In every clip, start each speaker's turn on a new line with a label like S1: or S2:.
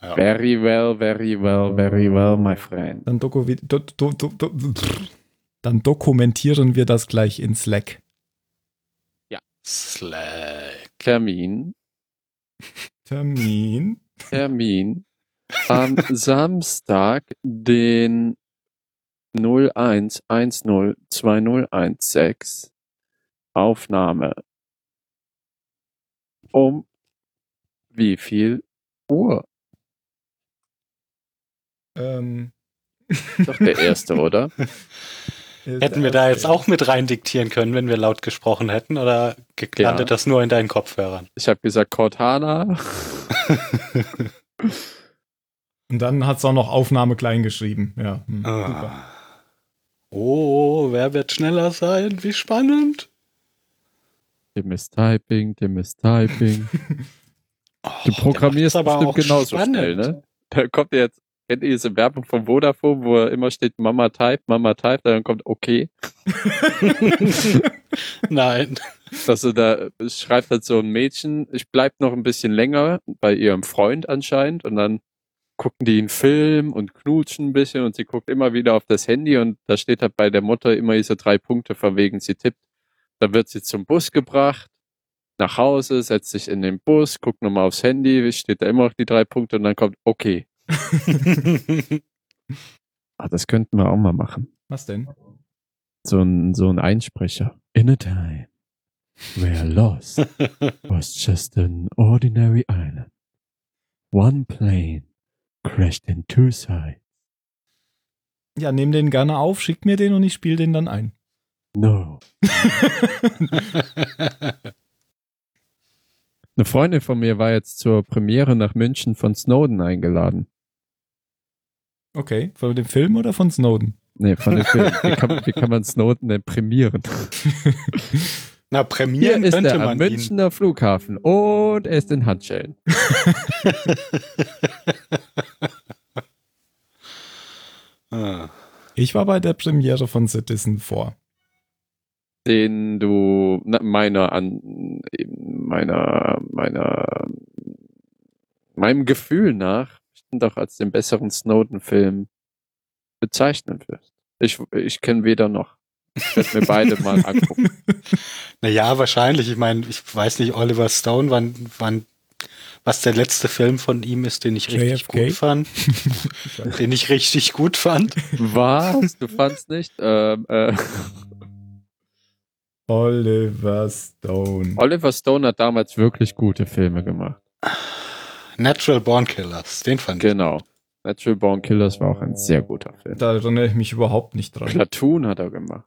S1: Ja.
S2: Very well, very well, very well, my friend.
S3: Dann, doku do, do, do, do, dann dokumentieren wir das gleich in Slack.
S1: Slack.
S2: Termin,
S3: Termin.
S2: Termin am Samstag, den 01102016. Aufnahme. Um wie viel Uhr?
S3: Ähm,
S2: Doch der erste, oder?
S1: Hätten wir da jetzt auch mit rein diktieren können, wenn wir laut gesprochen hätten, oder ge-
S2: Ja.
S1: landet das nur in deinen Kopfhörern?
S2: Ich habe gesagt Cortana.
S3: Und dann hat es auch noch Aufnahme klein geschrieben. Ja. hm, super.
S1: Ah. Oh, wer wird schneller sein? Wie spannend.
S2: Tim ist Typing, Tim ist Typing.
S1: Och,
S2: Du programmierst
S1: der macht's
S2: bestimmt genauso schnell, ne? Da kommt jetzt, kennt ihr diese Werbung von Vodafone, wo immer steht Mama type, Mama type, dann kommt okay. ne?
S1: Nein.
S2: Dass du da es schreibt halt so ein Mädchen, ich bleib noch ein bisschen länger bei ihrem Freund anscheinend und dann gucken die einen Film und knutschen ein bisschen und sie guckt immer wieder auf das Handy und da steht halt bei der Mutter immer diese drei Punkte verwegen, sie tippt. Dann wird sie zum Bus gebracht, nach Hause, setzt sich in den Bus, guckt nochmal aufs Handy, steht da immer noch die drei Punkte und dann kommt okay. Ah, das könnten wir auch mal machen.
S3: Was denn?
S2: So ein, so ein Einsprecher. In a time where lost was just an ordinary island. One plane crashed in two sides.
S3: Ja, nehm den gerne auf, schick mir den und ich spiele den dann ein.
S2: No. Eine Freundin von mir war jetzt zur Premiere nach München von Snowden eingeladen.
S3: Okay, von dem Film oder von Snowden?
S2: Nee, von dem Film. Wie kann, wie kann man Snowden denn prämieren?
S1: Na,
S2: Hier
S1: prämieren
S2: ist
S1: könnte
S2: er am
S1: man ihn.
S2: Münchner Flughafen und er ist in Handschellen.
S1: Ah.
S3: Ich war bei der Premiere von Citizen 4.
S2: den du na, meiner an meiner meiner meinem Gefühl nach bestimmt auch als den besseren Snowden-Film bezeichnen wirst. Ich, ich kenne weder noch. Ich werde mir beide mal angucken.
S1: Naja, wahrscheinlich. Ich meine, ich weiß nicht, Oliver Stone, wann, wann, was der letzte Film von ihm ist, den ich richtig
S3: JFK?
S1: gut fand. den ich richtig gut fand.
S2: Was? Du fandst nicht? Ähm, äh,
S3: Oliver Stone.
S1: Oh.
S2: Oliver Stone hat damals wirklich gute Filme gemacht.
S1: Natural Born Killers, den fand ich.
S2: Genau. Natural Born Killers war auch ein sehr guter Film.
S3: Da erinnere ich mich überhaupt nicht dran.
S2: Platoon hat er gemacht.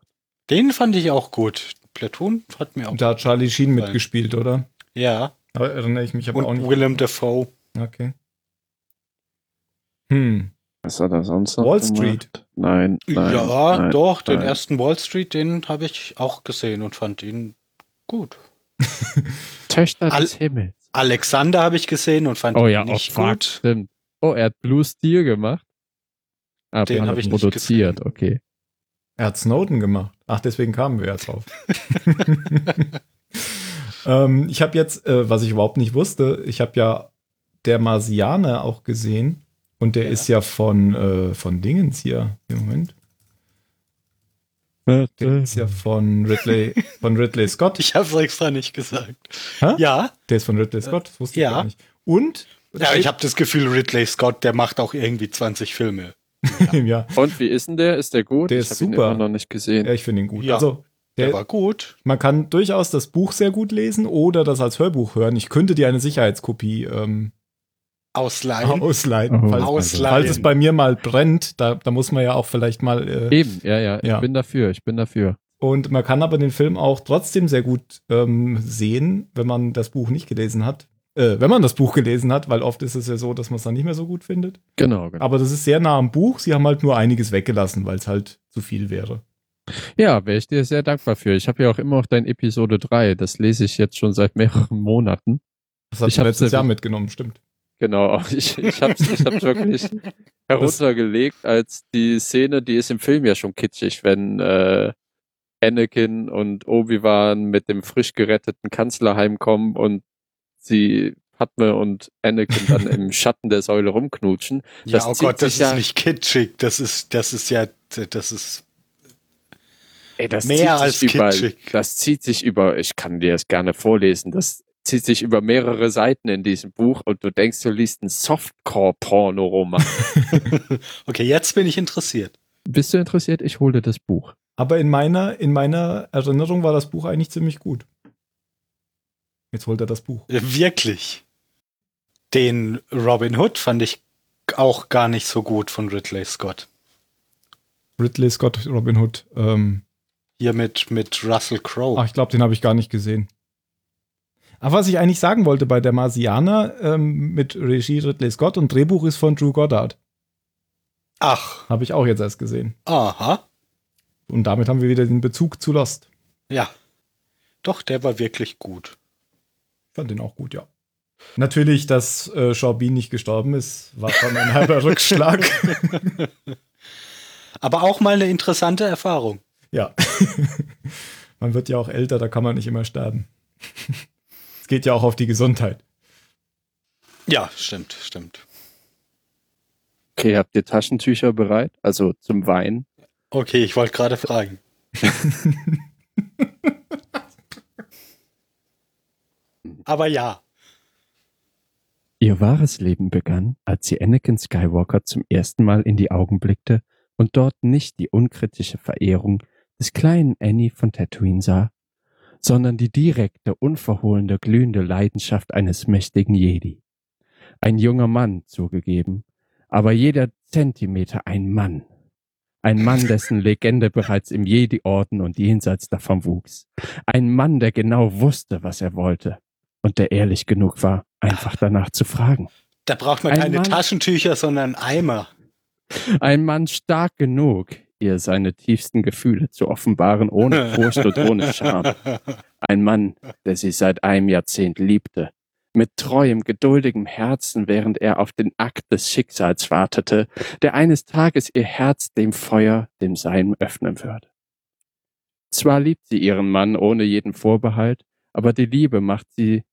S1: Den fand ich auch gut. Platoon hat mir auch.
S3: Da hat Charlie Sheen
S1: Nein.
S3: mitgespielt, oder?
S1: Ja.
S3: Da erinnere ich mich aber auch
S1: Und
S3: nicht.
S1: Willem Dafoe.
S3: Okay. Hm.
S2: Was hat er sonst noch
S3: Wall
S2: gemacht?
S3: Street.
S2: Nein, nein.
S1: ja,
S2: nein,
S1: doch, den
S2: nein.
S1: ersten Wall Street, den habe ich auch gesehen und fand ihn gut.
S2: Töchter
S1: Al-
S2: des Himmels.
S1: Alexander habe ich gesehen und fand
S2: Oh
S1: ihn
S2: ja,
S1: nicht
S2: oh, fuck,
S1: gut.
S2: Stimmt. Oh, er hat Blue Steel gemacht. Ah,
S1: Den
S2: hat
S1: hab
S2: er
S1: ich nicht
S2: produziert, okay.
S3: Er hat Snowden gemacht. Ach, deswegen kamen wir ja drauf. ähm, ich habe jetzt, äh, was ich überhaupt nicht wusste, ich habe ja der Marsianer auch gesehen. Und der
S1: Ja.
S3: ist ja von, äh, von Dingens hier. Hier, Moment. Der ist ja von Ridley, von Ridley Scott.
S1: Mhm. Ich habe es extra nicht gesagt.
S3: Hä?
S1: Ja,
S3: der ist von Ridley Scott, das wusste
S1: Äh, ja.
S3: ich gar nicht. Und?
S1: ja ich habe das Gefühl, Ridley Scott, der macht auch irgendwie 20 Filme.
S3: ja.
S2: Und wie ist denn der? Ist der gut?
S3: Der
S2: ich
S3: ist
S2: hab ihn
S3: super.
S2: immer noch nicht gesehen.
S3: ja, ich finde ihn gut.
S1: Ja.
S3: Also,
S1: Der
S3: der,
S1: war gut.
S3: man kann durchaus das Buch sehr gut lesen oder das als Hörbuch hören. Ich könnte dir eine Sicherheitskopie ähm,
S1: Ausleihen.
S3: ausleihen,
S2: Oh.
S3: falls,
S1: Ausleihen.
S3: falls es bei mir mal brennt. Da, da muss man ja auch vielleicht mal äh,
S2: Eben, ja, ja, ich
S3: Ja.
S2: bin dafür, ich bin dafür.
S3: Und man kann aber den Film auch trotzdem sehr gut ähm, sehen, wenn man das Buch nicht gelesen hat. Äh, wenn man das Buch gelesen hat, weil oft ist es ja so, dass man es dann nicht mehr so gut findet.
S2: Genau, genau.
S3: Aber das ist sehr nah am Buch. Sie haben halt nur einiges weggelassen, weil es halt zu viel wäre.
S2: Ja, wäre ich dir sehr dankbar für. Ich habe ja auch immer noch dein Episode 3, das lese ich jetzt schon seit mehreren Monaten.
S3: Das hat
S2: Ich
S3: ich
S2: hab's
S3: letztes
S2: ja
S3: Jahr
S2: nicht-
S3: mitgenommen, stimmt.
S2: Genau, ich, ich habe ich hab's wirklich heruntergelegt, als die Szene, die ist im Film ja schon kitschig, wenn äh, Anakin und Obi-Wan mit dem frisch geretteten Kanzler heimkommen und sie Padme und Anakin dann im Schatten der Säule rumknutschen.
S1: Ja,
S2: Das
S1: oh
S2: zieht
S1: Gott, das
S2: sich ja-
S1: ist nicht kitschig. Das ist, das ist ja, das ist
S2: Ey, das
S1: Mehr
S2: zieht sich
S1: als
S2: über,
S1: kitschig.
S2: Das zieht sich über, ich kann dir das gerne vorlesen, das zieht sich über mehrere Seiten in diesem Buch und du denkst, du liest einen Softcore-Porno-Roman.
S1: Okay, jetzt bin ich interessiert.
S2: Bist du interessiert? Ich hole dir das Buch.
S3: Aber in meiner, in meiner Erinnerung war das Buch eigentlich ziemlich gut. Jetzt holt er das Buch.
S1: Äh, Wirklich. Den Robin Hood fand ich auch gar nicht so gut von Ridley Scott.
S3: Ridley Scott Robin Hood. Ähm,
S1: Hier mit, mit Russell Crowe.
S3: Ach, ich glaube, den habe ich gar nicht gesehen. Aber was ich eigentlich sagen wollte bei der Marsianer ähm, mit Regie Ridley Scott und Drehbuch ist von Drew Goddard.
S1: Ach,
S3: Habe ich auch jetzt erst gesehen.
S1: aha.
S3: Und damit haben wir wieder den Bezug zu Lost.
S1: Ja. Doch, der war wirklich gut.
S3: Ich fand den auch gut, ja. Natürlich, dass äh, Sean Bean nicht gestorben ist, war schon ein halber Rückschlag.
S1: Aber auch mal eine interessante Erfahrung.
S3: Ja. man wird ja auch älter, da kann man nicht immer sterben. es geht ja auch auf die Gesundheit.
S1: Ja, stimmt, stimmt.
S2: Okay, habt ihr Taschentücher bereit? Also zum Wein?
S1: Okay, ich wollte gerade fragen. Aber ja.
S2: Ihr wahres Leben begann, als sie Anakin Skywalker zum ersten Mal in die Augen blickte und dort nicht die unkritische Verehrung des kleinen Annie von Tatooine sah, sondern die direkte, unverhohlene, glühende Leidenschaft eines mächtigen Jedi. Ein junger Mann, zugegeben, aber jeder Zentimeter ein Mann. Ein Mann, dessen Legende bereits im Jedi-Orden und jenseits davon wuchs. Ein Mann, der genau wusste, was er wollte und der ehrlich genug war, einfach danach zu fragen.
S1: Da braucht man
S2: Ein
S1: keine
S2: Mann.
S1: Taschentücher, sondern Eimer.
S2: Ein Mann stark genug, ihr seine tiefsten Gefühle zu offenbaren, ohne Furcht und ohne Scham. Ein Mann, der sie seit einem Jahrzehnt liebte, mit treuem, geduldigem Herzen, während er auf den Akt des Schicksals wartete, der eines Tages ihr Herz dem Feuer, dem Sein öffnen würde. Zwar liebt sie ihren Mann ohne jeden Vorbehalt, aber die Liebe macht sie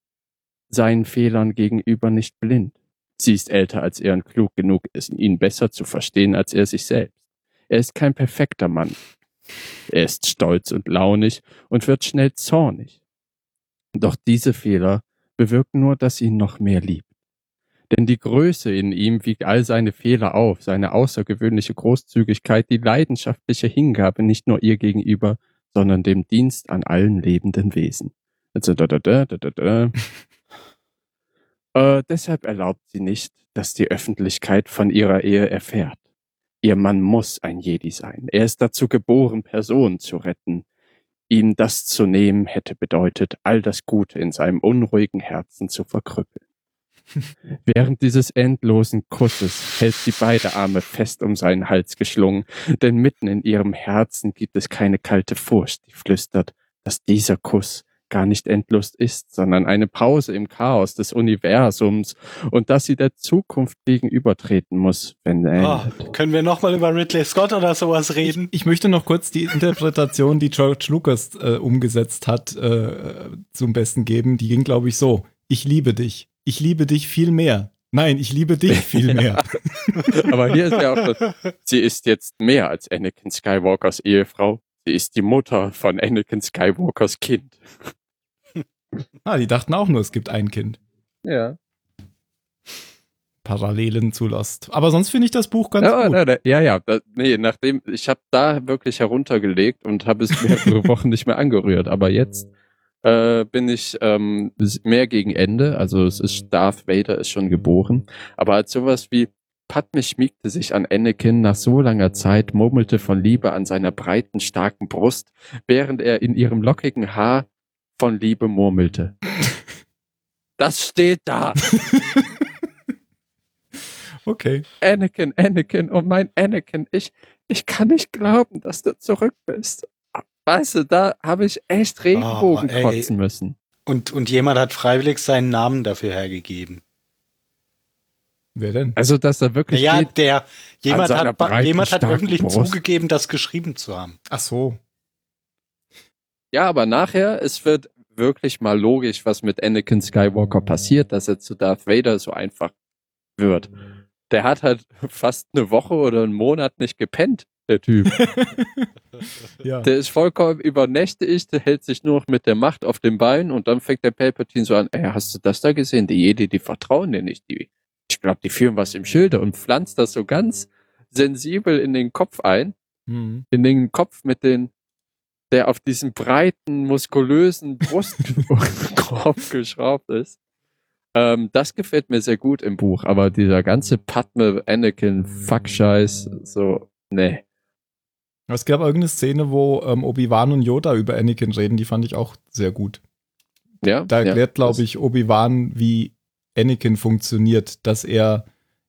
S2: seinen Fehlern gegenüber nicht blind. Sie ist älter als er und klug genug, es ihn besser zu verstehen als er sich selbst. Er ist kein perfekter Mann. Er ist stolz und launig und wird schnell zornig. Doch diese Fehler bewirken nur, dass sie ihn noch mehr liebt. Denn die Größe in ihm wiegt all seine Fehler auf, seine außergewöhnliche Großzügigkeit, die leidenschaftliche Hingabe nicht nur ihr gegenüber, sondern dem Dienst an allen lebenden Wesen. Also, da, da, da, da, da, da. Äh, deshalb erlaubt sie nicht, dass die Öffentlichkeit von ihrer Ehe erfährt. Ihr Mann muss ein Jedi sein. Er ist dazu geboren, Personen zu retten. Ihm das zu nehmen hätte bedeutet, all das Gute in seinem unruhigen Herzen zu verkrüppeln. Während dieses endlosen Kusses hält sie beide Arme fest um seinen Hals geschlungen, denn mitten in ihrem Herzen gibt es keine kalte Furcht, die flüstert, dass dieser Kuss gar nicht Endlust ist, sondern eine Pause im Chaos des Universums und dass sie der Zukunft gegenübertreten muss, wenn er.
S1: Oh, können wir nochmal über Ridley Scott oder sowas
S3: Ich,
S1: reden?
S3: ich möchte noch kurz die Interpretation, die George Lucas äh, umgesetzt hat, äh, zum Besten geben. Die ging, glaube ich, so. Ich liebe dich. Ich liebe dich viel mehr. Nein, ich liebe dich viel mehr.
S2: Aber hier ist ja auch das, sie ist jetzt mehr als Anakin Skywalkers Ehefrau. Sie ist die Mutter von Anakin Skywalkers Kind.
S3: ah, die dachten auch nur, es gibt ein Kind.
S2: Ja.
S3: Parallelen zu Lost. Aber sonst finde ich das Buch ganz
S2: Ja,
S3: gut.
S2: ja, da- ja, ja da, nee, nachdem ich habe da wirklich heruntergelegt und habe es mehrere Wochen nicht mehr angerührt, aber jetzt äh, bin ich ähm, s- mehr gegen Ende, also es ist Darth Vader ist schon geboren, aber als sowas wie Padme schmiegte sich an Anakin nach so langer Zeit, murmelte von Liebe an seiner breiten, starken Brust, während er in ihrem lockigen Haar von Liebe murmelte. Das steht da.
S3: Okay.
S2: Anakin, Anakin, oh mein Anakin, ich, ich kann nicht glauben, dass du zurück bist. Weißt du, da habe ich echt Regenbogen
S1: ey.
S2: kotzen müssen.
S1: Und, und jemand hat freiwillig seinen Namen dafür hergegeben.
S3: Wer denn?
S2: Also, dass da wirklich
S1: Ja,
S2: steht,
S1: der jemand
S2: seiner
S1: hat, ba-
S2: breiten,
S1: jemand hat
S2: starken
S1: öffentlich
S2: Brust.
S1: zugegeben, das geschrieben zu haben.
S3: Ach so.
S2: ja, aber nachher, es wird, wirklich mal logisch, was mit Anakin Skywalker passiert, dass er zu Darth Vader so einfach wird. Der hat halt fast eine Woche oder einen Monat nicht gepennt, der Typ.
S3: ja.
S2: Der ist vollkommen übernächtigt, der hält sich nur noch mit der Macht auf den Beinen und dann fängt der Palpatine so an, ey, hast du das da gesehen? Die Jedi, die vertrauen dir nicht. Die, ich glaube, die führen was im Schilde und pflanzt das so ganz sensibel in den Kopf ein,
S3: Mhm.
S2: in den Kopf mit den, der auf diesen breiten, muskulösen Brustkorb geschraubt ist. Ähm, das gefällt mir sehr gut im Buch, aber dieser ganze Padme, Anakin, Fuck-Scheiß, so, nee.
S3: Es gab irgendeine Szene, wo ähm, Obi-Wan und Yoda über Anakin reden, die fand ich auch sehr gut.
S2: Ja,
S3: Da
S2: ja,
S3: erklärt,
S2: das-
S3: glaube ich, Obi-Wan, wie Anakin funktioniert, dass er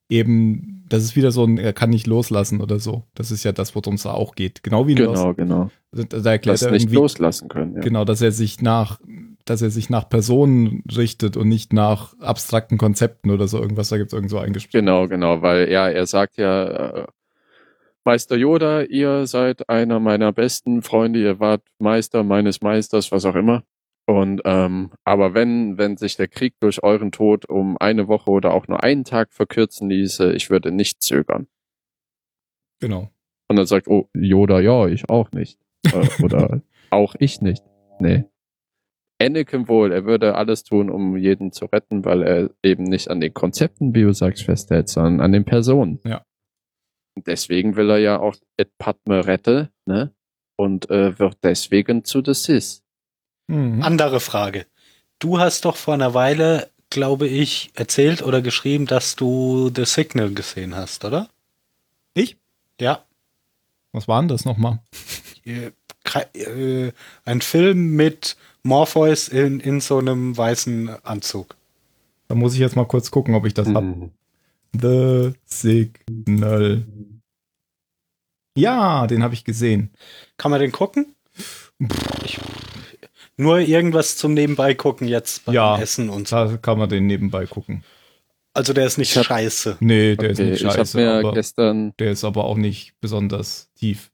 S3: eben, das ist wieder so ein, er kann nicht loslassen oder so. Das ist ja das, worum es auch geht. Genau wie Lost.
S2: Genau, genau.
S3: Da, da erklärt
S2: das
S3: er
S2: nicht
S3: irgendwie,
S2: loslassen können. Ja.
S3: genau, dass er sich nach, dass er sich nach Personen richtet und nicht nach abstrakten Konzepten oder so irgendwas. Da gibt es irgend so ein Gespräch.
S2: Genau, genau, weil ja, er sagt ja, äh, Meister Yoda, ihr seid einer meiner besten Freunde, ihr wart Meister meines Meisters, was auch immer. Und ähm, aber wenn, wenn sich der Krieg durch euren Tod um eine Woche oder auch nur einen Tag verkürzen ließe, ich würde nicht zögern.
S3: Genau.
S2: Und dann sagt, oh, Yoda, ja, ich auch nicht. Äh, oder auch ich nicht. Nee. Anakin wohl, er würde alles tun, um jeden zu retten, weil er eben nicht an den Konzepten, wie du sagst, festhält, sondern an den Personen.
S3: Ja.
S2: Und deswegen will er ja auch Ed Padme rette, ne? Und äh, wird deswegen zu The Sith.
S3: Mhm.
S2: Hm?
S1: Andere Frage. Du hast doch vor einer Weile, glaube ich, erzählt oder geschrieben, dass du The Signal gesehen hast, oder?
S3: Ich?
S1: Ja.
S3: Was war denn das nochmal?
S1: Äh, kei- äh, Ein Film mit Morpheus in, in so einem weißen Anzug.
S3: Da muss ich jetzt mal kurz gucken, ob ich das
S2: Mhm.
S3: habe. The Signal. Ja, den habe ich gesehen.
S1: Kann man den gucken? Ich, nur irgendwas zum Nebenbei gucken jetzt beim
S3: Ja.
S1: Essen und so.
S3: Da kann man den nebenbei gucken.
S1: Also der ist nicht
S2: Ich hab-
S1: scheiße.
S3: Nee, der ist
S2: Okay,
S3: nicht
S2: ich habe
S3: scheiße,
S2: mir
S3: aber
S2: gestern
S3: der ist aber auch nicht besonders tief.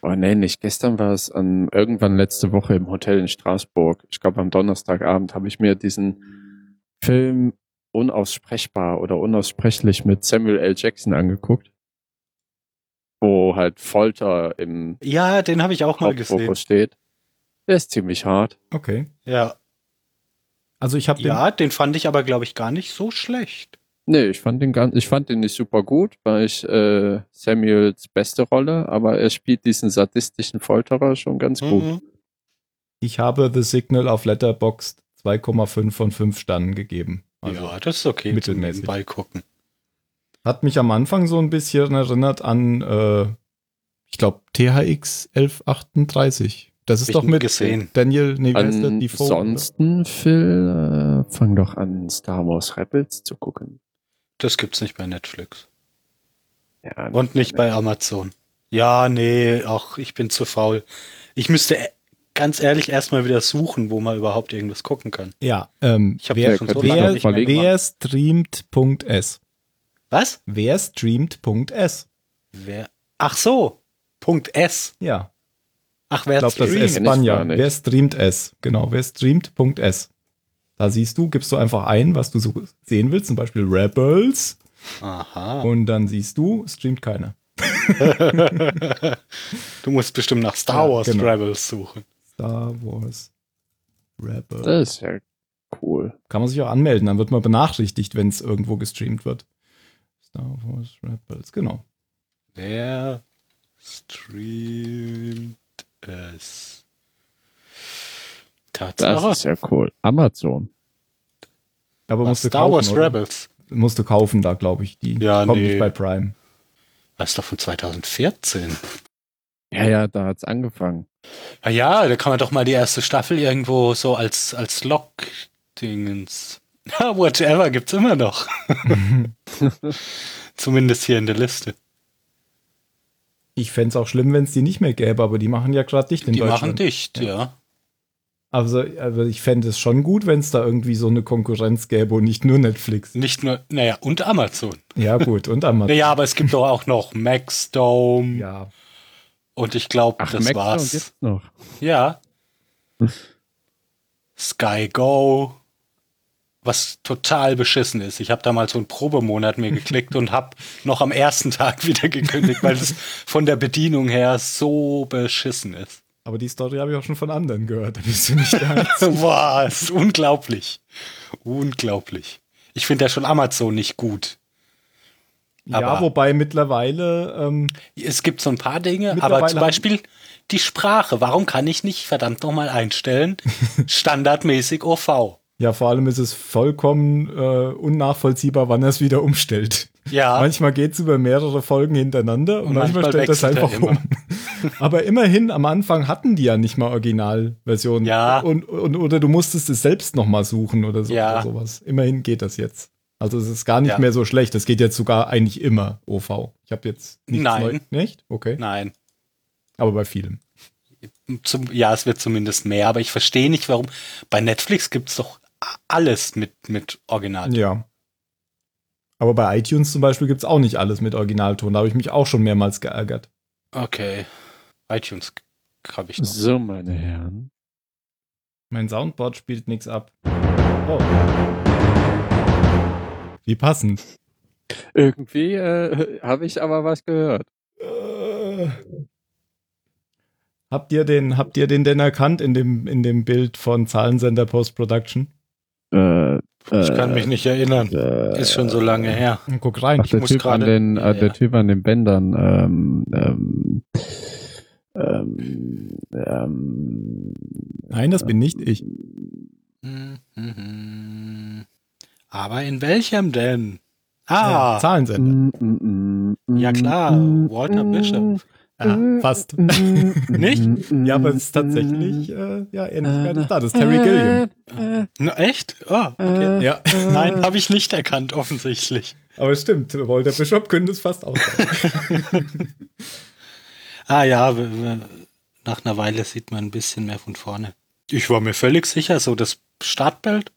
S2: Oh nee, nicht gestern war es an, irgendwann letzte Woche im Hotel in Straßburg. Ich glaube am Donnerstagabend habe ich mir diesen Film unaussprechbar oder unaussprechlich mit Samuel L. Jackson angeguckt, wo halt Folter im
S1: Ja, den habe ich auch mal gesehen.
S2: Hauptfokus steht. Der ist ziemlich hart.
S3: Okay.
S1: Ja.
S3: Also ich habe den.
S1: ja, den fand ich aber, glaube ich, gar nicht so schlecht.
S2: Nee, ich fand den ganz, ich fand den nicht super gut, weil ich äh, Samuels beste Rolle, aber er spielt diesen sadistischen Folterer schon ganz gut.
S1: Mhm.
S3: Ich habe The Signal auf Letterboxd 2,5 von 5 Sternen gegeben. Also
S1: ja, das ist okay. Zum
S3: mittelmäßig.
S1: nebenbei gucken.
S3: hat mich am Anfang so ein bisschen erinnert an, äh, ich glaube, THX 1138. Das ist
S1: ich
S3: doch
S1: nie
S3: mit
S1: gesehen.
S3: Daniel, nee, wie heißt der? Defoe, oder?
S2: Ansonsten, Phil, äh, fang doch an, Star Wars Rebels zu gucken.
S1: Das gibt's nicht bei Netflix.
S2: Ja,
S1: Und nicht bei Amazon. Ja, nee, auch ich bin zu faul. Ich müsste e- ganz ehrlich erstmal wieder suchen, wo man überhaupt irgendwas gucken kann.
S3: Ja, ähm,
S1: Ich hab
S3: wer,
S1: das schon so
S2: lange
S3: wer,
S2: nicht mehr
S3: wer,
S2: gemacht.
S3: streamt.s?
S1: Was?
S3: Wer streamt.s?
S1: Wer? Ach so. Punkt S.
S3: Ja,
S1: Ach,
S3: ich
S1: wer
S3: glaube, das
S1: streamt?
S3: ist
S2: Kenn ich gar
S3: Spanier.
S2: nicht.
S3: Wer streamt es? Genau, wer streamt.s. Da siehst du, gibst du einfach ein, was du so sehen willst, zum Beispiel Rebels,
S1: Aha.
S3: und dann siehst du, streamt keiner.
S1: du musst bestimmt nach Star
S3: Ja,
S1: Wars
S3: genau.
S1: Rebels suchen.
S3: Star Wars
S1: Äh.
S3: Rebels.
S2: Das ist ja cool.
S3: Kann man sich auch anmelden, dann wird man benachrichtigt, wenn es irgendwo gestreamt wird. Star Wars Rebels, genau.
S1: Wer streamt es?
S2: Das
S1: Tatsache.
S2: ist ja cool. Amazon.
S3: Aber
S1: War
S3: musst du
S1: Star
S3: kaufen,
S1: Wars
S3: oder?
S1: Rebels.
S3: Musst du kaufen da, glaube ich. Die
S1: Ja,
S3: kommen
S1: nee.
S3: nicht bei Prime.
S1: Das ist doch von 2014.
S2: Ja, ja, da hat's angefangen.
S1: Ah ja, da kann man doch mal die erste Staffel irgendwo so als, als Log-Dingens. Ja, whatever gibt's immer noch. Zumindest hier in der Liste.
S3: Ich fände es auch schlimm, wenn es die nicht mehr gäbe, aber die machen ja gerade dicht in
S1: die
S3: Deutschland.
S1: machen dicht, ja.
S3: Also, also ich fände es schon gut, wenn es da irgendwie so eine Konkurrenz gäbe und nicht nur Netflix.
S1: Nicht nur, naja, und Amazon.
S3: Ja, gut, und Amazon.
S1: Naja, aber es gibt doch auch noch Maxdome.
S3: Ja.
S1: Und ich glaube,
S2: Ach,
S1: das
S2: Maxdome
S1: war's.
S2: gibt's noch.
S1: Ja. Sky Go, was total beschissen ist. Ich habe da mal so einen Probemonat mir geklickt und habe noch am ersten Tag wieder gekündigt, weil es von der Bedienung her so beschissen ist.
S3: Aber die Story habe ich auch schon von anderen gehört. Da bist du nicht der Einzige.
S1: Boah, es ist unglaublich. Unglaublich. Ich finde ja schon Amazon nicht gut.
S3: Ja,
S1: Aber-
S3: wobei mittlerweile ähm,
S1: Es gibt so ein paar Dinge, aber
S3: Mittlerweile
S1: zum
S3: haben-
S1: Beispiel die Sprache. Warum kann ich nicht verdammt nochmal einstellen? Standardmäßig OV.
S3: Ja, vor allem ist es vollkommen äh, unnachvollziehbar, wann er es wieder umstellt.
S1: Ja.
S3: Manchmal geht's über mehrere Folgen hintereinander und,
S1: Und
S3: manchmal,
S1: Ah. manchmal
S3: stellt das
S1: wechselt er
S3: einfach um. Aber immerhin, am Anfang hatten die ja nicht mal Originalversionen.
S1: Ja.
S3: Und, und, oder du musstest es selbst nochmal suchen oder, so,
S1: Ja.
S3: oder sowas. Immerhin geht das jetzt. Also es ist gar nicht
S1: Ja.
S3: mehr so schlecht. Es geht jetzt sogar eigentlich immer OV. Ich habe jetzt nichts
S1: Nein.
S3: Neu nicht? Okay.
S1: Nein.
S3: Aber bei vielen.
S1: Zum, ja, es wird zumindest mehr, aber ich verstehe nicht, warum. Bei Netflix gibt es doch a- alles mit, mit Original.
S3: Ja. Aber bei iTunes zum Beispiel gibt's auch nicht alles mit Originalton. Da habe ich mich auch schon mehrmals geärgert.
S1: Okay. iTunes habe ich noch.
S2: So, meine Herren.
S3: Mein Soundboard spielt nichts ab. Oh. Wie passend.
S2: Irgendwie äh, habe ich aber was gehört.
S3: Äh. Habt ihr den, habt ihr den denn erkannt in dem, in dem Bild von Zahlensender Post Production?
S2: Äh,
S1: Ich kann mich nicht erinnern.
S3: äh,
S1: Ist schon so lange her.
S3: Guck rein.
S2: Ach, der,
S1: muss
S2: typ an
S1: gerade-
S2: den,
S1: Ja,
S2: äh, der
S1: ja.
S2: Typ an den Bändern. Ähm, ähm, ähm, ähm,
S3: Nein, das bin nicht ich.
S1: Mhm. Aber in welchem denn?
S3: Äh,
S1: Ah,
S3: Zahlensender.
S2: mm,
S1: ja klar, Walter Bishop.
S3: Ja, fast.
S2: mm, Nicht?
S3: Ja, aber es ist tatsächlich, äh, ja, Ähnlichkeit ist da. Das ist Terry Gilliam.
S1: Na, echt? Ah, okay.
S3: Ja.
S1: Nein, habe ich nicht erkannt, offensichtlich.
S3: Aber es stimmt, Walter Bishop könnte es fast auch sein.
S1: Ah ja, w- w- nach einer Weile sieht man ein bisschen mehr von vorne. Ich war mir völlig sicher, so das Startbild.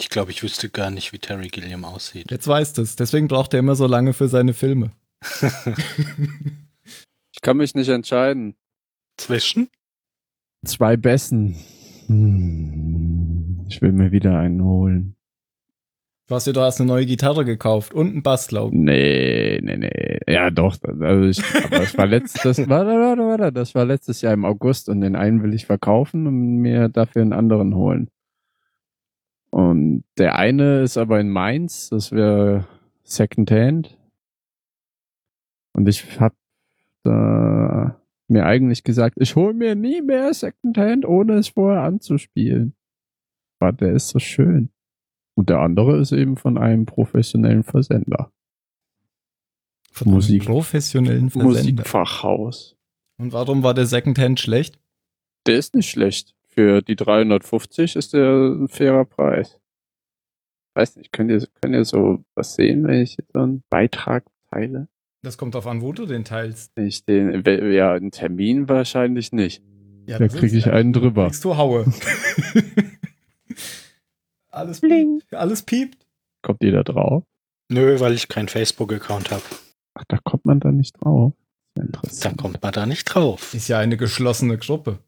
S1: ich glaube, ich wüsste gar nicht, wie Terry Gilliam aussieht.
S3: Jetzt weiß das. Deswegen braucht er immer so lange für seine Filme.
S2: Ich kann mich nicht entscheiden.
S1: Zwischen?
S2: Zwei Bessen. Hm. Ich will mir wieder einen holen.
S3: Du hast dir doch erst eine neue Gitarre gekauft und einen Bass, glaube ich.
S2: Nee, nee, nee. Ja, doch. Also ich, aber das war letztes, warte, warte, warte, das war letztes Jahr im August und den einen will ich verkaufen und mir dafür einen anderen holen. Und der eine ist aber in Mainz, das wäre Secondhand. Und ich hab da mir eigentlich gesagt, ich hole mir nie mehr Secondhand, ohne es vorher anzuspielen. Aber der ist so schön. Und der andere ist eben von einem professionellen Versender.
S3: Von
S2: Musik-
S3: einem professionellen Versender.
S2: Musikfachhaus.
S3: Und warum war der Secondhand schlecht?
S2: Der ist nicht schlecht. Für die 350 ist der ein fairer Preis. Weiß nicht, könnt ihr, könnt ihr so was sehen, wenn ich jetzt so einen Beitrag teile?
S3: Das kommt darauf an, wo du den teilst.
S2: Wenn Ich den, we- ja, einen Termin wahrscheinlich nicht.
S3: Ja,
S2: da kriege ich einen drüber.
S3: Kriegst du Haue. alles
S2: Bling.
S3: piept. Alles piept.
S2: Kommt ihr da drauf?
S1: Nö, weil ich keinen Facebook-Account habe.
S2: Ach, da kommt man da nicht drauf. Ist ja
S1: Da
S2: Interessant.
S1: kommt man da nicht drauf.
S3: Ist ja eine geschlossene Gruppe.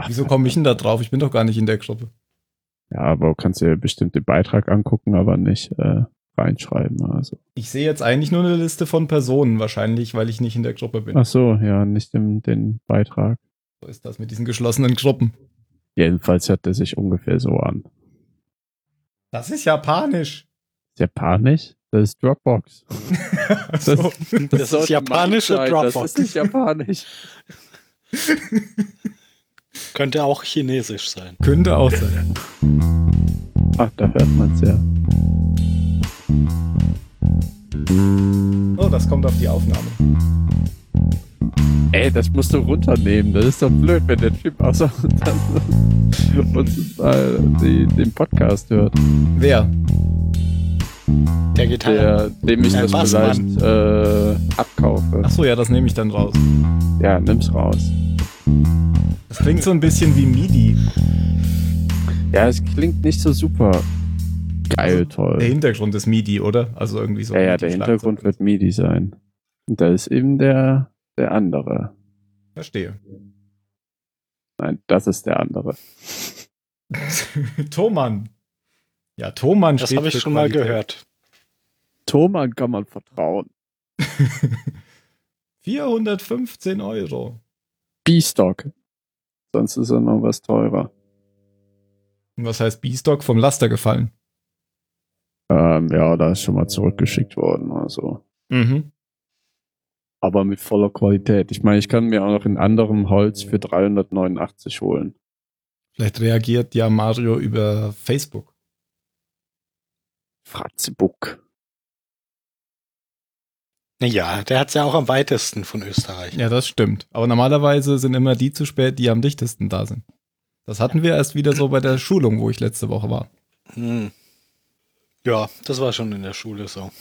S2: Ach,
S3: Wieso komme ich denn da drauf? Ich bin doch gar nicht in der Gruppe.
S2: Ja, aber du kannst dir bestimmt den Beitrag angucken, aber nicht äh, reinschreiben. Also.
S3: Ich sehe jetzt eigentlich nur eine Liste von Personen wahrscheinlich, weil ich nicht in der Gruppe bin.
S2: Ach so, ja, nicht im, den Beitrag.
S3: So ist das mit diesen geschlossenen Gruppen.
S2: Jedenfalls hört er sich ungefähr so an.
S3: Das ist japanisch.
S2: Japanisch? Das ist Dropbox.
S3: So.
S1: Das ist japanische Dropbox.
S2: Das ist nicht japanisch.
S1: Könnte auch chinesisch sein.
S3: Könnte auch sein.
S2: Ach, Ah, da hört man es ja.
S3: Oh, das kommt auf die Aufnahme.
S2: Ey, das musst du runternehmen. Das ist doch blöd, wenn der Typ außer dann uns äh, die, den Podcast hört.
S3: Wer?
S1: Der Gitarre.
S2: Der, dem ich
S1: Ja,
S2: das
S1: was,
S2: vielleicht äh, abkaufe.
S3: Achso, ja, das nehme ich dann raus.
S2: Ja, nimm's raus.
S3: Das klingt so ein bisschen wie MIDI.
S2: Ja, es klingt nicht so super geil, toll.
S3: Der Hintergrund ist MIDI, oder? Also irgendwie so.
S2: Ja, ja, der Hintergrund Also, wird MIDI sein. Und da ist eben der, der andere.
S3: Verstehe.
S2: Nein, das ist der andere.
S3: Thomann. Ja, Thomann
S1: Das
S3: steht
S1: habe ich
S3: für
S1: schon mal
S3: Qualität.
S1: gehört.
S2: Thomas kann man vertrauen.
S3: 415 Euro.
S2: B-Stock. Sonst ist er noch was teurer.
S3: Und was heißt B-Stock? Vom Laster gefallen.
S2: Ähm, ja, da ist schon mal zurückgeschickt worden. Also.
S3: Mhm.
S2: Aber mit voller Qualität. Ich meine, ich kann mir auch noch in anderem Holz für 389 holen.
S3: Vielleicht reagiert ja Mario über Facebook.
S2: Fratzebuck.
S1: Ja, der hat es ja auch am weitesten von Österreich.
S3: Ja, das stimmt. Aber normalerweise sind immer die zu spät, die am dichtesten da sind. Das hatten wir erst wieder so bei der Schulung, wo ich letzte Woche war.
S1: Hm. Ja, das war schon in der Schule so.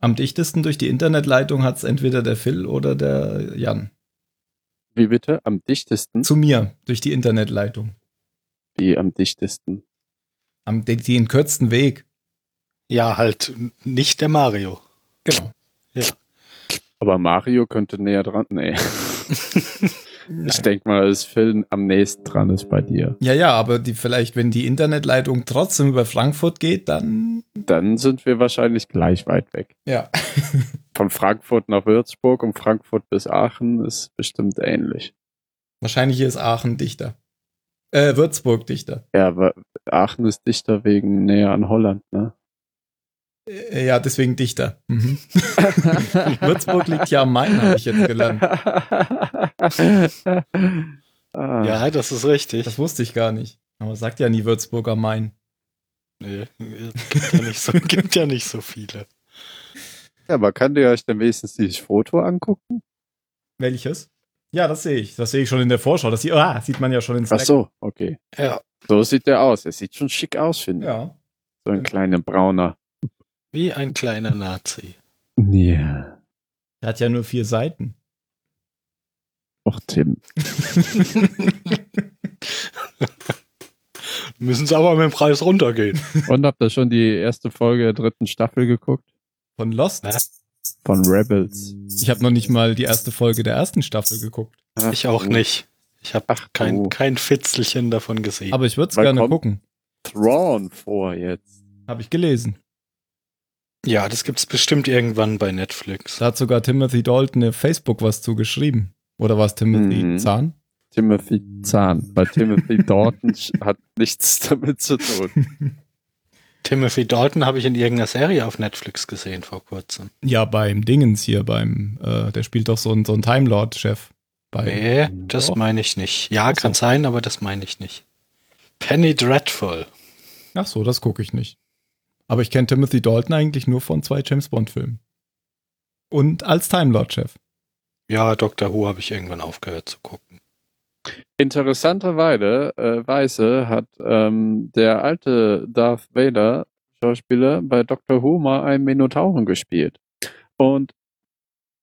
S3: Am dichtesten durch die Internetleitung hat es entweder der Phil oder der Jan.
S2: Wie bitte? Am dichtesten?
S3: Zu mir, durch die Internetleitung.
S2: Wie am dichtesten?
S3: Am den, den kürzesten Weg.
S1: Ja, halt n- nicht der Mario.
S3: Genau.
S2: Aber Mario könnte näher dran. Nee. ich denke mal, dass Phil am nächsten dran ist bei dir.
S3: Ja, ja, aber die, vielleicht, wenn die Internetleitung trotzdem über Frankfurt geht, dann.
S2: Dann sind wir wahrscheinlich gleich weit weg.
S3: Ja.
S2: Von Frankfurt nach Würzburg und Frankfurt bis Aachen ist bestimmt ähnlich.
S3: Wahrscheinlich ist Aachen dichter. Äh, Würzburg dichter.
S2: Ja, aber Aachen ist dichter wegen näher an Holland, ne?
S3: Äh, ja, deswegen dichter. Mhm. Würzburg liegt ja am Main, habe ich jetzt gelernt.
S2: ah, ja.
S1: Ja, das ist richtig.
S3: Das wusste ich gar nicht. Aber sagt ja nie Würzburg am Main.
S1: Nee, es gibt ja nicht so, gibt ja nicht so viele.
S2: Aber könnt ihr euch dann wenigstens dieses Foto angucken?
S3: Welches? Ja, das sehe ich. Das sehe ich schon in der Vorschau. Das sieht, ah, sieht man ja schon in
S2: Ach so, okay.
S1: Ja,
S2: So sieht der aus. Er sieht schon schick aus, finde ich.
S3: Ja.
S2: So ein kleiner brauner.
S1: wie ein kleiner Nazi.
S2: Ja.
S3: Er hat ja nur vier Seiten.
S2: Och, Tim.
S1: Müssen sie aber mit dem Preis runtergehen.
S2: Und habt ihr schon die erste Folge der dritten Staffel geguckt?
S3: Von Lost.
S2: Von Rebels.
S3: Ich habe noch nicht mal die erste Folge der ersten Staffel geguckt.
S1: Ich
S3: Oh.
S1: auch nicht. Ich habe
S2: Ach,
S1: kein,
S2: oh.
S1: kein Fitzelchen davon gesehen.
S3: Aber ich würde es
S2: Wann
S3: gerne
S2: kommt-
S3: gucken.
S2: Thrawn vor jetzt.
S3: Habe ich gelesen.
S1: ja, das gibt's bestimmt irgendwann bei Netflix.
S3: Da hat sogar Timothy Dalton auf Facebook was zu geschrieben. Oder war es Timothy
S2: Mhm.
S3: Zahn?
S2: Timothy Zahn. Bei Timothy Dalton sch- hat nichts damit zu tun.
S1: Timothy Dalton habe ich in irgendeiner Serie auf Netflix gesehen vor kurzem.
S3: Ja, beim Dingens hier, beim, äh, der spielt doch so ein, so ein Time Lord-Chef. Bei.
S1: Nee, das
S3: Doch.
S1: meine ich nicht. Ja,
S3: so.
S1: kann sein, aber das meine ich nicht. Penny Dreadful.
S3: Ach so, das gucke ich nicht. Aber ich kenne Timothy Dalton eigentlich nur von zwei James Bond-Filmen. Und als Time Lord-Chef.
S1: Ja, Dr. Who habe ich irgendwann aufgehört zu gucken.
S2: Interessanterweise äh, Weise hat ähm, der alte Darth Vader Schauspieler bei Dr. Who mal einen Minotauren gespielt. Und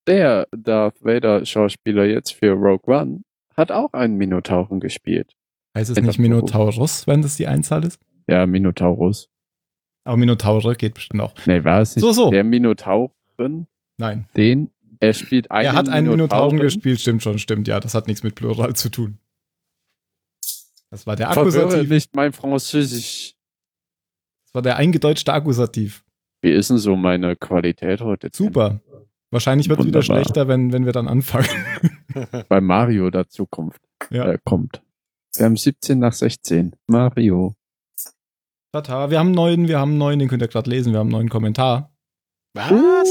S2: der Darth Vader Schauspieler jetzt für Rogue One hat auch einen Minotauren gespielt.
S3: Heißt es
S2: Etwas
S3: nicht Minotaurus, wenn das die Einzahl ist?
S2: Ja, Minotaurus.
S3: Aber Minotaure geht bestimmt auch.
S2: Nee, war es nicht
S3: So, so.
S2: der Minotauren?
S3: Nein.
S2: Den? Er spielt einen
S3: Er hat einen Minotauren
S2: Minotauren
S3: gespielt, stimmt schon, stimmt. Ja, das hat nichts mit Plural zu tun. Das war der
S2: Verwirre
S3: Akkusativ.
S2: nicht mein Französisch.
S3: Das war der eingedeutschte Akkusativ.
S2: Wie ist denn so meine Qualität heute?
S3: Super. Wahrscheinlich wird es wieder
S2: Wunderbar.
S3: schlechter, wenn, wenn wir dann anfangen.
S2: Bei Mario der Zukunft
S3: Ja.
S2: äh, kommt. Wir haben 17 nach 16. Mario.
S3: Tata, wir haben einen neuen, wir haben einen neuen, den könnt ihr gerade lesen, wir haben einen neuen Kommentar.
S1: Was?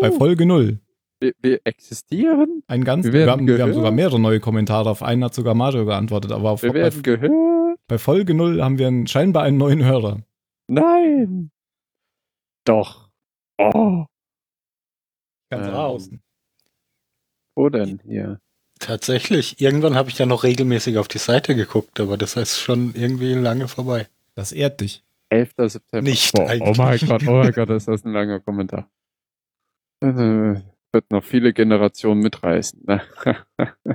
S3: Bei Folge null.
S2: Uh. wir, wir existieren?
S3: Ein ganz,
S2: Wir
S3: wir,
S2: werden
S3: haben, wir haben
S2: gehört.
S3: sogar mehrere neue Kommentare. Auf einen hat sogar Mario geantwortet, aber auf,
S2: Wir
S3: bei,
S2: werden gehört?
S3: bei Folge null haben wir einen, scheinbar einen neuen Hörer.
S2: Nein. Doch. Oh.
S3: Ganz
S2: Ähm.
S3: draußen.
S2: Wo denn hier?
S1: Tatsächlich. Irgendwann habe ich ja noch regelmäßig auf die Seite geguckt, aber das ist schon irgendwie lange vorbei.
S3: Das ehrt dich.
S2: 11. September.
S1: Nicht
S2: Boah, oh
S1: eigentlich.
S2: mein Gott, oh mein Gott, ist das ein langer Kommentar. Äh, wird noch viele Generationen mitreißen. ne?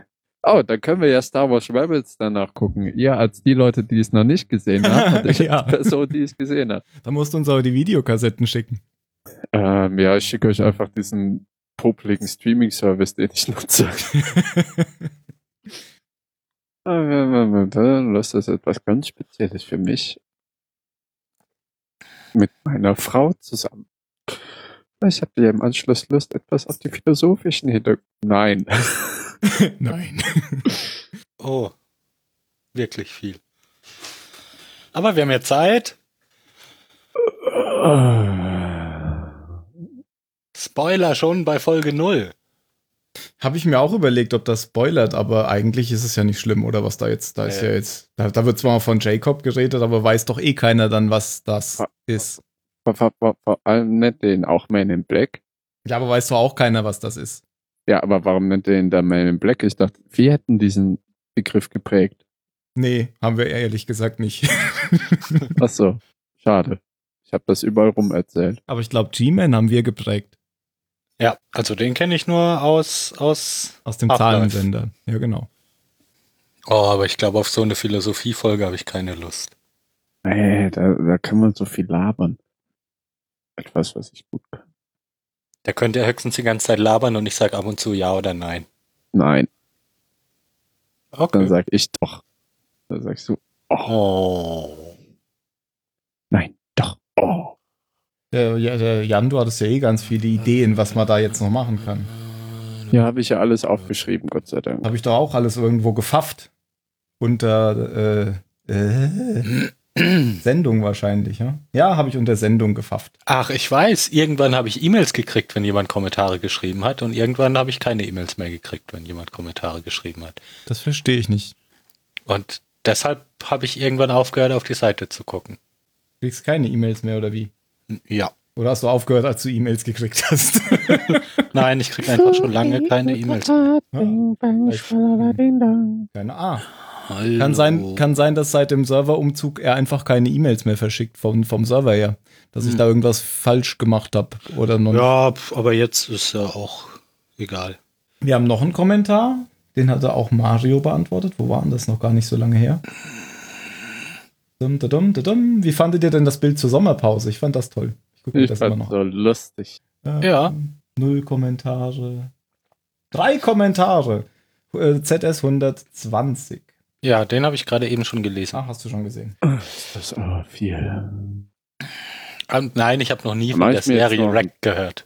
S2: oh, dann können wir ja Star Wars Rebels danach gucken. Ihr als die Leute, die es noch nicht gesehen haben und ich
S3: Ja.
S2: als Person, die es gesehen hat.
S3: Da musst du uns aber die Videokassetten schicken.
S2: Ähm, ja, ich schicke euch einfach diesen popeligen Streaming-Service, den ich nutze. Das ist etwas ganz Spezielles für mich. Mit meiner Frau zusammen. Ich habe ja im Anschluss Lust etwas auf die philosophischen Hintergründe. Nein.
S3: Nein.
S1: Oh, wirklich viel. Aber wir haben ja Zeit. Spoiler schon bei Folge 0.
S3: Habe ich mir auch überlegt, ob das spoilert, aber eigentlich ist es ja nicht schlimm, oder was da jetzt, da ist ja,
S1: Ja.
S3: jetzt, da, da wird zwar von Jacob geredet, aber weiß doch eh keiner dann, was das
S2: Ah.
S3: ist.
S2: Vor, vor, vor, vor allem nennt er ihn auch Man in Black.
S3: Ja, aber weiß doch auch keiner, was das ist.
S2: Ja, aber warum nennt er ihn da Man in Black? Ich dachte, wir hätten diesen Begriff geprägt.
S3: Nee, haben wir ehrlich gesagt nicht.
S2: Ach so, schade. Ich habe das überall rum erzählt.
S3: aber ich glaube, G-Man haben wir geprägt.
S1: Ja, also den kenne ich nur aus, aus.
S3: Aus dem
S1: Half-Life.
S3: Zahlensender. Ja, genau.
S1: Oh, aber ich glaube, auf so eine Philosophiefolge habe ich keine Lust.
S2: Nee, da, da kann man so viel labern. Etwas, was ich gut kann.
S1: Da könnt ihr höchstens die ganze Zeit labern und ich sage ab und zu ja oder nein.
S2: Nein, dann
S1: Okay.
S2: sag ich doch. Dann sagst du,
S1: Oh.
S2: nein, doch. Oh.
S3: Der, ja, der Jan, du hattest ja eh ganz viele Ideen, was man da jetzt noch machen kann.
S2: Ja, habe ich ja alles aufgeschrieben, Gott sei Dank.
S3: Habe ich doch auch alles irgendwo gefafft. Unter äh, äh, Sendung wahrscheinlich, ja? Ja, habe ich unter Sendung gefafft.
S1: Ach, ich weiß, irgendwann habe ich E-Mails gekriegt, wenn jemand Kommentare geschrieben hat und irgendwann habe ich keine E-Mails mehr gekriegt, wenn jemand Kommentare geschrieben hat.
S3: Das verstehe ich nicht.
S1: Und deshalb habe ich irgendwann aufgehört, auf die Seite zu gucken.
S3: Du kriegst keine E-Mails mehr oder wie?
S1: Ja.
S3: Oder hast du aufgehört, als du E-Mails gekriegt hast?
S1: Nein, ich kriege einfach schon lange keine E-Mails.
S3: keine Ah.
S1: Hallo.
S3: Kann sein, kann sein, dass seit dem Serverumzug er einfach keine E-Mails mehr verschickt vom, vom Server her. Dass ich
S1: Hm.
S3: da irgendwas falsch gemacht habe. Oder noch.
S1: Ja, pf, aber jetzt ist ja auch egal.
S3: Wir haben noch einen Kommentar. Den hatte auch Mario beantwortet. Wo war denn das noch gar nicht so lange her? Dum, da, dum, da, dum. Wie fandet ihr denn das Bild zur Sommerpause? Ich fand das toll. Ich gucke mir
S2: Ich
S3: das immer
S2: fand
S3: noch
S2: so lustig.
S3: Äh,
S1: Ja.
S3: Null Kommentare. Drei Kommentare. Äh, ZS 120.
S1: Ja, den habe ich gerade eben schon gelesen.
S3: Ah, hast du schon gesehen.
S2: Das ist aber viel.
S1: Ähm, nein, ich habe noch nie von
S2: Mach
S1: der
S2: ich mir jetzt
S1: Serie
S2: noch-
S1: Rack gehört.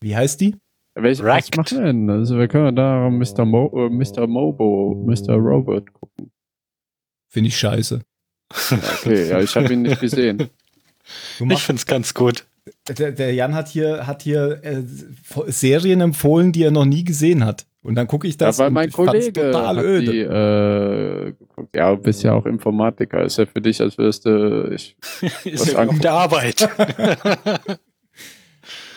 S3: Wie heißt die?
S2: Welche, was
S1: Wrecked.
S2: machen wir denn? Also wir können da Mr. Mo, äh, Mr. Mobo, Mr. Robot gucken.
S3: Finde ich scheiße.
S2: Okay, ja, ich habe ihn nicht gesehen.
S3: Du
S1: Ich
S3: machst,
S1: find's ganz gut.
S3: der, der Jan hat hier, hat hier äh, Fo- Serien empfohlen, die er noch nie gesehen hat. Und dann gucke ich das.
S2: Das ja, weil
S3: und
S2: mein
S3: ich fand's
S2: Kollege
S3: total
S2: hat
S3: öde.
S2: die, äh, geguckt. Ja, du bist ja auch Informatiker. Ist ja für dich, als würdest du, ich,
S1: Ist ja
S2: Was
S1: auf
S2: angucken?
S1: der Arbeit.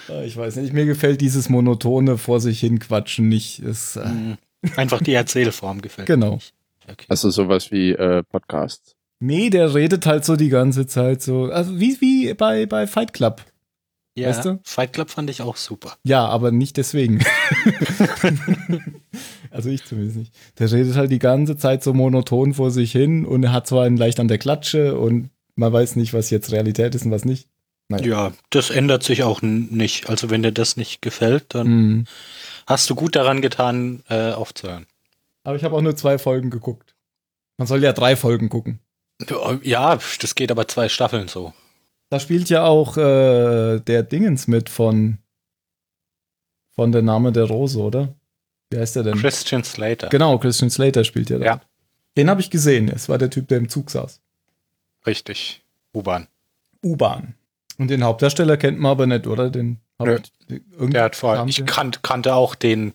S3: Äh, Ich weiß nicht, mir gefällt dieses monotone vor sich hin quatschen nicht. Es,
S2: Hm.
S3: äh,
S1: Mhm. Einfach die Erzählform gefällt. mir
S3: Genau.
S1: nicht. Okay.
S2: also sowas wie äh, Podcasts.
S3: Nee, der redet halt so die ganze Zeit so. Also wie, wie bei, bei Fight Club.
S1: Ja,
S3: Weißt du?
S1: Fight Club fand ich auch super.
S3: Ja, aber nicht deswegen. also ich zumindest nicht. Der redet halt die ganze Zeit so monoton vor sich hin und er hat zwar einen leicht an der Klatsche und man weiß nicht, was jetzt Realität ist und was nicht.
S1: Ja, das ändert sich auch n- nicht. Also wenn dir das nicht gefällt, dann
S3: Mhm.
S1: hast du gut daran getan, äh, aufzuhören.
S3: Aber ich habe auch nur zwei Folgen geguckt. Man soll ja drei Folgen gucken.
S1: Oh, Ja, das geht aber zwei Staffeln so.
S3: Da spielt ja auch äh, der Dingens mit von von der Name der Rose, oder? Wie heißt der denn?
S1: Christian Slater.
S3: Genau, Christian Slater spielt ja da.
S1: Ja.
S3: Den habe ich gesehen. Es war der Typ, der im Zug saß.
S1: Richtig. U-Bahn.
S3: U-Bahn. Und den Hauptdarsteller kennt man aber nicht, oder? Den hab
S1: Nö.
S3: ich- irgend-
S1: Der hat vorher,
S3: kam
S1: ich
S3: der?
S1: kannt, kannte auch den,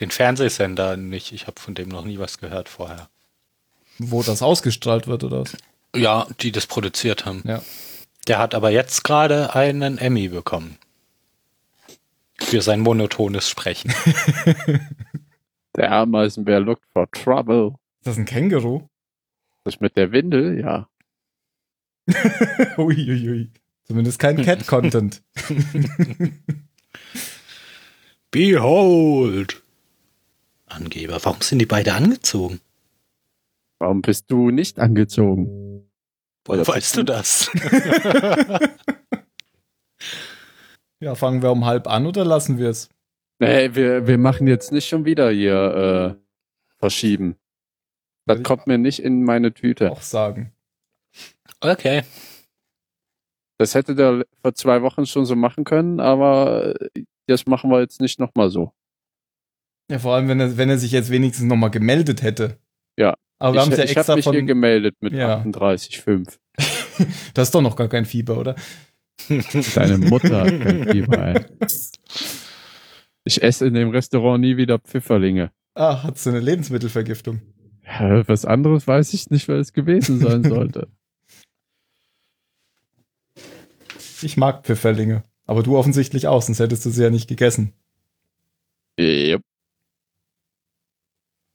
S1: den Fernsehsender nicht. Ich habe von dem noch nie was gehört vorher.
S3: wo das ausgestrahlt wird, oder was?
S1: Ja, die das produziert haben.
S3: Ja.
S1: Der hat aber jetzt gerade einen Emmy bekommen. Für sein monotones Sprechen.
S2: Der Ameisenbär looked for trouble.
S3: Ist das ein Känguru?
S2: Das mit der Windel, ja.
S3: Uiuiui. Zumindest kein Cat-Content.
S1: Behold! Angeber, warum sind die beide angezogen?
S2: Warum bist du nicht angezogen? Weil
S1: Woher
S2: das
S1: weißt du das?
S3: ja, fangen wir um halb an oder lassen wir es?
S2: Nee, wir, wir machen jetzt nicht schon wieder hier äh, verschieben. Das kommt mir nicht in meine Tüte.
S3: Auch sagen.
S1: Okay.
S2: Das hätte der vor zwei Wochen schon so machen können, aber äh, das machen wir jetzt nicht nochmal so.
S3: Ja, vor allem, wenn er, wenn er sich jetzt wenigstens nochmal gemeldet hätte.
S2: Ja.
S3: Aber wir haben es
S2: ich
S3: ja
S2: ich habe
S3: extra
S2: mich hier
S3: von.
S2: gemeldet mit
S3: Ja.
S2: 38,5.
S3: Das ist doch noch gar kein Fieber, oder?
S4: Deine Mutter hat kein Fieber, ey.
S2: Ich esse in dem Restaurant nie wieder Pfifferlinge.
S3: Ah, hat sie eine Lebensmittelvergiftung.
S4: Ja, Was anderes weiß ich nicht, was es gewesen sein sollte.
S3: Ich mag Pfifferlinge. Aber du offensichtlich auch, sonst hättest du sie ja nicht gegessen.
S2: Yep.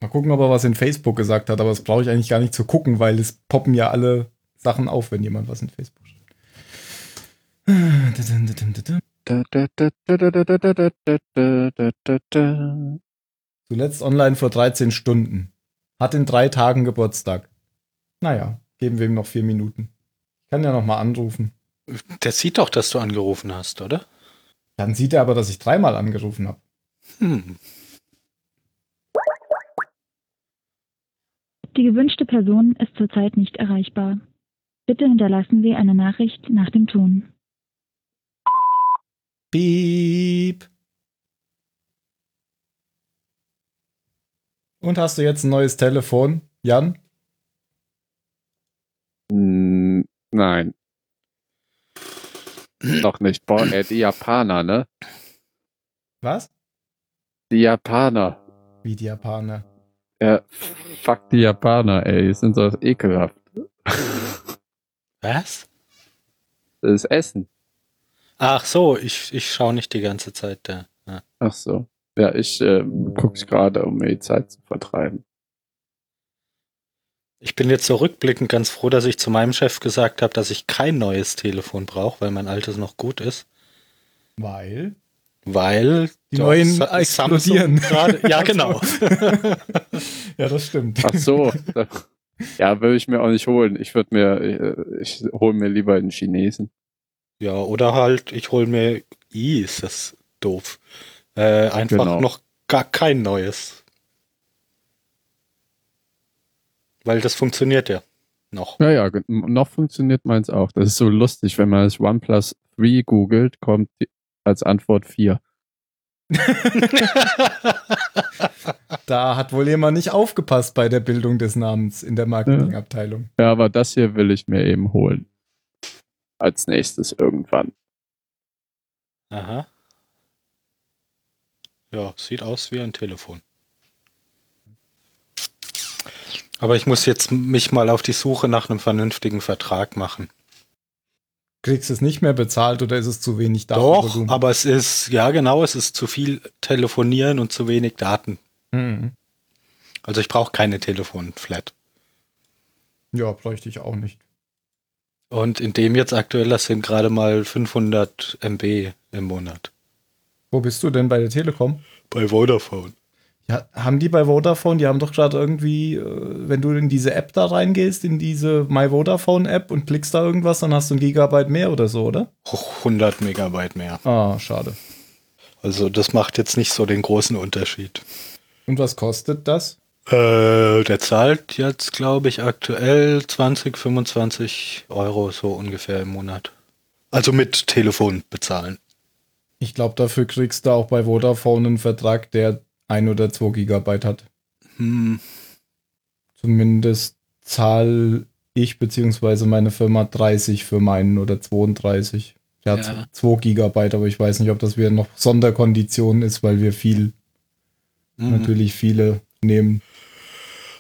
S3: Mal gucken, ob er was in Facebook gesagt hat, aber das brauche ich eigentlich gar nicht zu gucken, weil es poppen ja alle Sachen auf, wenn jemand was in Facebook schreibt.
S2: Da, da, da, da, da, da, da, da, da, da, da, da.
S3: Zuletzt online vor 13 Stunden. Hat in drei Tagen Geburtstag. Naja, geben wir ihm noch vier Minuten. Ich kann ja noch mal anrufen.
S1: Der sieht doch, dass du angerufen hast, oder?
S3: Dann sieht er aber, dass ich dreimal angerufen habe.
S1: Hm.
S5: Die gewünschte Person ist zurzeit nicht erreichbar. Bitte hinterlassen Sie eine Nachricht nach dem Ton.
S3: Piep. Und hast du jetzt ein neues Telefon, Jan?
S2: Mm, Nein. Noch nicht. Boah, ey, die Japaner, ne?
S3: Was?
S2: Die Japaner.
S3: Wie die Japaner.
S2: Ja, fuck die Japaner, ey. Die sind so ekelhaft.
S1: Was?
S2: Das Essen.
S1: Ach so, ich, ich schaue nicht die ganze Zeit da. Ja.
S2: Ach so. Ja, ich ähm, guck's gerade, um mir die Zeit zu vertreiben.
S1: Ich bin jetzt so rückblickend ganz froh, dass ich zu meinem Chef gesagt habe, dass ich kein neues Telefon brauche, weil mein altes noch gut ist.
S3: Weil?
S1: Weil
S3: Die
S1: doch,
S3: neuen
S1: Sa- Samsung
S3: explodieren.
S1: Gerade, ja, genau.
S3: ja, das stimmt.
S2: Ach so. ja, würde ich mir auch nicht holen. Ich würde mir, äh, ich hole mir lieber einen Chinesen.
S1: Ja, oder halt, ich hole mir, i, ist das doof. Äh, einfach
S2: Genau.
S1: noch gar kein neues. Weil das funktioniert ja noch.
S2: Ja, ja, ge- m- noch funktioniert meins auch. Das ist so lustig, wenn man das OnePlus 3 googelt, kommt die- als Antwort 4.
S3: Da hat wohl jemand nicht aufgepasst bei der Bildung des Namens in der Marketingabteilung.
S2: Ja, aber das hier will ich mir eben holen. Als nächstes irgendwann.
S1: Aha. Ja, sieht aus wie ein Telefon. Aber ich muss jetzt mich mal auf die Suche nach einem vernünftigen Vertrag machen.
S3: Kriegst du es nicht mehr bezahlt oder ist es zu wenig
S1: Doch,
S3: Datenvolumen?
S1: aber es ist, ja genau, es ist zu viel telefonieren und zu wenig Daten.
S3: Hm.
S1: Also ich brauche keine Telefonflat.
S3: Ja, bräuchte ich auch nicht.
S1: Und in dem jetzt aktuell, das sind gerade mal 500 MB im Monat.
S3: Wo bist du denn bei der Telekom?
S1: Bei Vodafone.
S3: Ja, haben die bei Vodafone, die haben doch gerade irgendwie, äh, wenn du in diese App da reingehst, in diese My Vodafone App und klickst da irgendwas, dann hast du ein Gigabyte mehr oder so, oder?
S1: 100 Megabyte mehr.
S3: Ah, schade.
S1: Also das macht jetzt nicht so den großen Unterschied.
S3: Und was kostet das?
S1: Äh, der zahlt jetzt, glaube ich, aktuell 20, 25 Euro so ungefähr im Monat. Also mit Telefon bezahlen.
S3: Ich glaube, dafür kriegst du auch bei Vodafone einen Vertrag, der ein oder zwei Gigabyte hat.
S1: Hm,
S3: Zumindest zahle ich beziehungsweise meine Firma 30 für meinen oder 32. Ja,
S1: Ja.
S3: 2 Gigabyte, aber ich weiß nicht, ob das wieder noch Sonderkondition ist, weil wir viel,
S1: mhm.
S3: natürlich viele nehmen.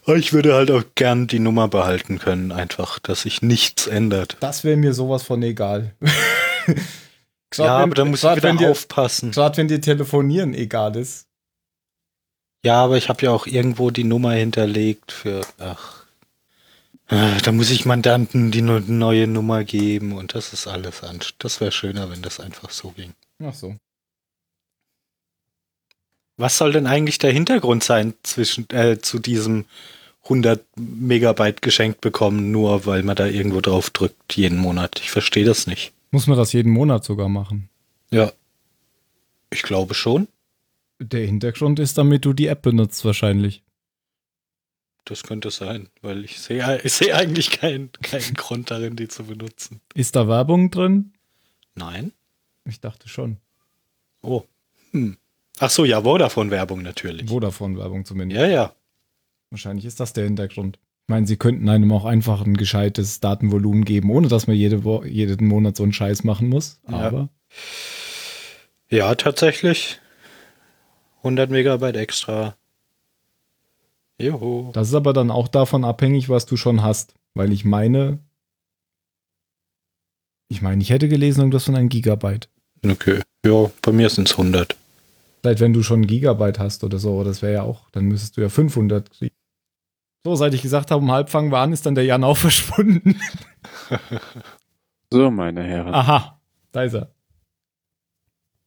S1: Ich würde halt auch gern die Nummer behalten können, einfach, dass sich nichts ändert.
S3: Das wäre mir sowas von egal. Grad
S1: ja,
S3: wenn-
S1: aber da muss ich
S3: grad
S1: wieder
S3: wenn dir,
S1: aufpassen.
S3: Gerade wenn dir telefonieren egal ist.
S1: Ja, aber ich habe ja auch irgendwo die Nummer hinterlegt für. Ach. Äh, Da muss ich Mandanten die nu- neue Nummer geben und das ist alles anst. Das wäre schöner, wenn das einfach so ging.
S3: Ach so.
S1: Was soll denn eigentlich der Hintergrund sein zwischen äh, zu diesem 100 Megabyte geschenkt bekommen, nur weil man da irgendwo drauf drückt jeden Monat? Ich verstehe das nicht.
S3: Muss man das jeden Monat sogar machen?
S1: Ja. Ich glaube schon.
S3: Der Hintergrund ist, damit du die App benutzt wahrscheinlich.
S1: Das könnte sein, weil ich sehe ich sehe eigentlich keinen, keinen Grund darin, die zu benutzen.
S3: Ist da Werbung drin?
S1: Nein?
S3: Ich dachte schon.
S1: Oh. Hm. Ach so, ja, Vodafone-Werbung natürlich.
S3: Vodafone-Werbung zumindest.
S1: Ja, ja.
S3: Wahrscheinlich ist das der Hintergrund. Ich meine, sie könnten einem auch einfach ein gescheites Datenvolumen geben, ohne dass man jede Wo jeden Monat so einen Scheiß machen muss.
S1: Ja.
S3: Aber
S1: Ja, tatsächlich. 100 Megabyte extra. Juhu.
S3: das ist aber dann auch davon abhängig, was du schon hast. Weil ich meine, ich meine, ich hätte gelesen irgendwas von einem Gigabyte.
S1: Okay. Ja, bei mir sind es 100.
S3: Vielleicht, wenn du schon ein Gigabyte hast oder so, aber das wäre ja auch, dann müsstest du ja 500 kriegen. So, seit ich gesagt habe, um halb fangen wir an, ist dann der Jan auch verschwunden.
S2: So, meine Herren.
S3: Aha, da ist er.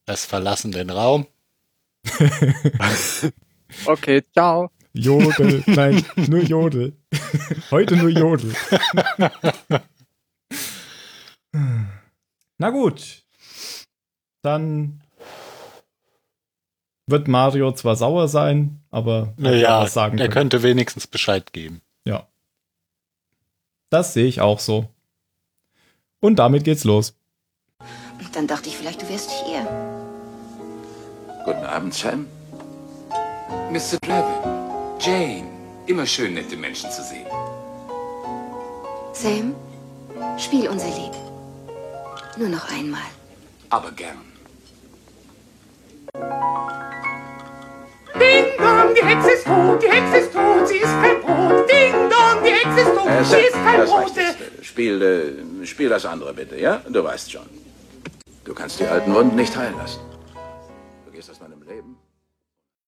S1: Das verlassen den Raum.
S2: Okay, ciao.
S3: Jodel, nein, nur Jodel. Heute nur Jodel. Na gut. Dann wird Mario zwar sauer sein, aber hat ja
S1: Naja,
S3: was sagen
S1: er
S3: können.
S1: könnte wenigstens Bescheid geben.
S3: Das sehe ich auch so. Und damit geht's los.
S6: Dann dachte ich, vielleicht du wärst hier.
S7: Guten Abend, Sam. Mr. Blevin, Jane. Immer schön, nette Menschen zu sehen.
S6: Sam, spiel unser Lied. Nur noch einmal.
S7: Aber gern.
S8: Ding Dong, die Hexe ist tot, die Hexe ist tot, sie ist kein Brot. Ding Dong, die Hexe ist tot,
S9: Äh,
S8: sie ist kein
S9: das
S8: Brot.
S9: reicht jetzt. Äh, Spiel, äh, spiel das andere bitte, ja? Du weißt schon. Du kannst die alten Wunden nicht heilen lassen.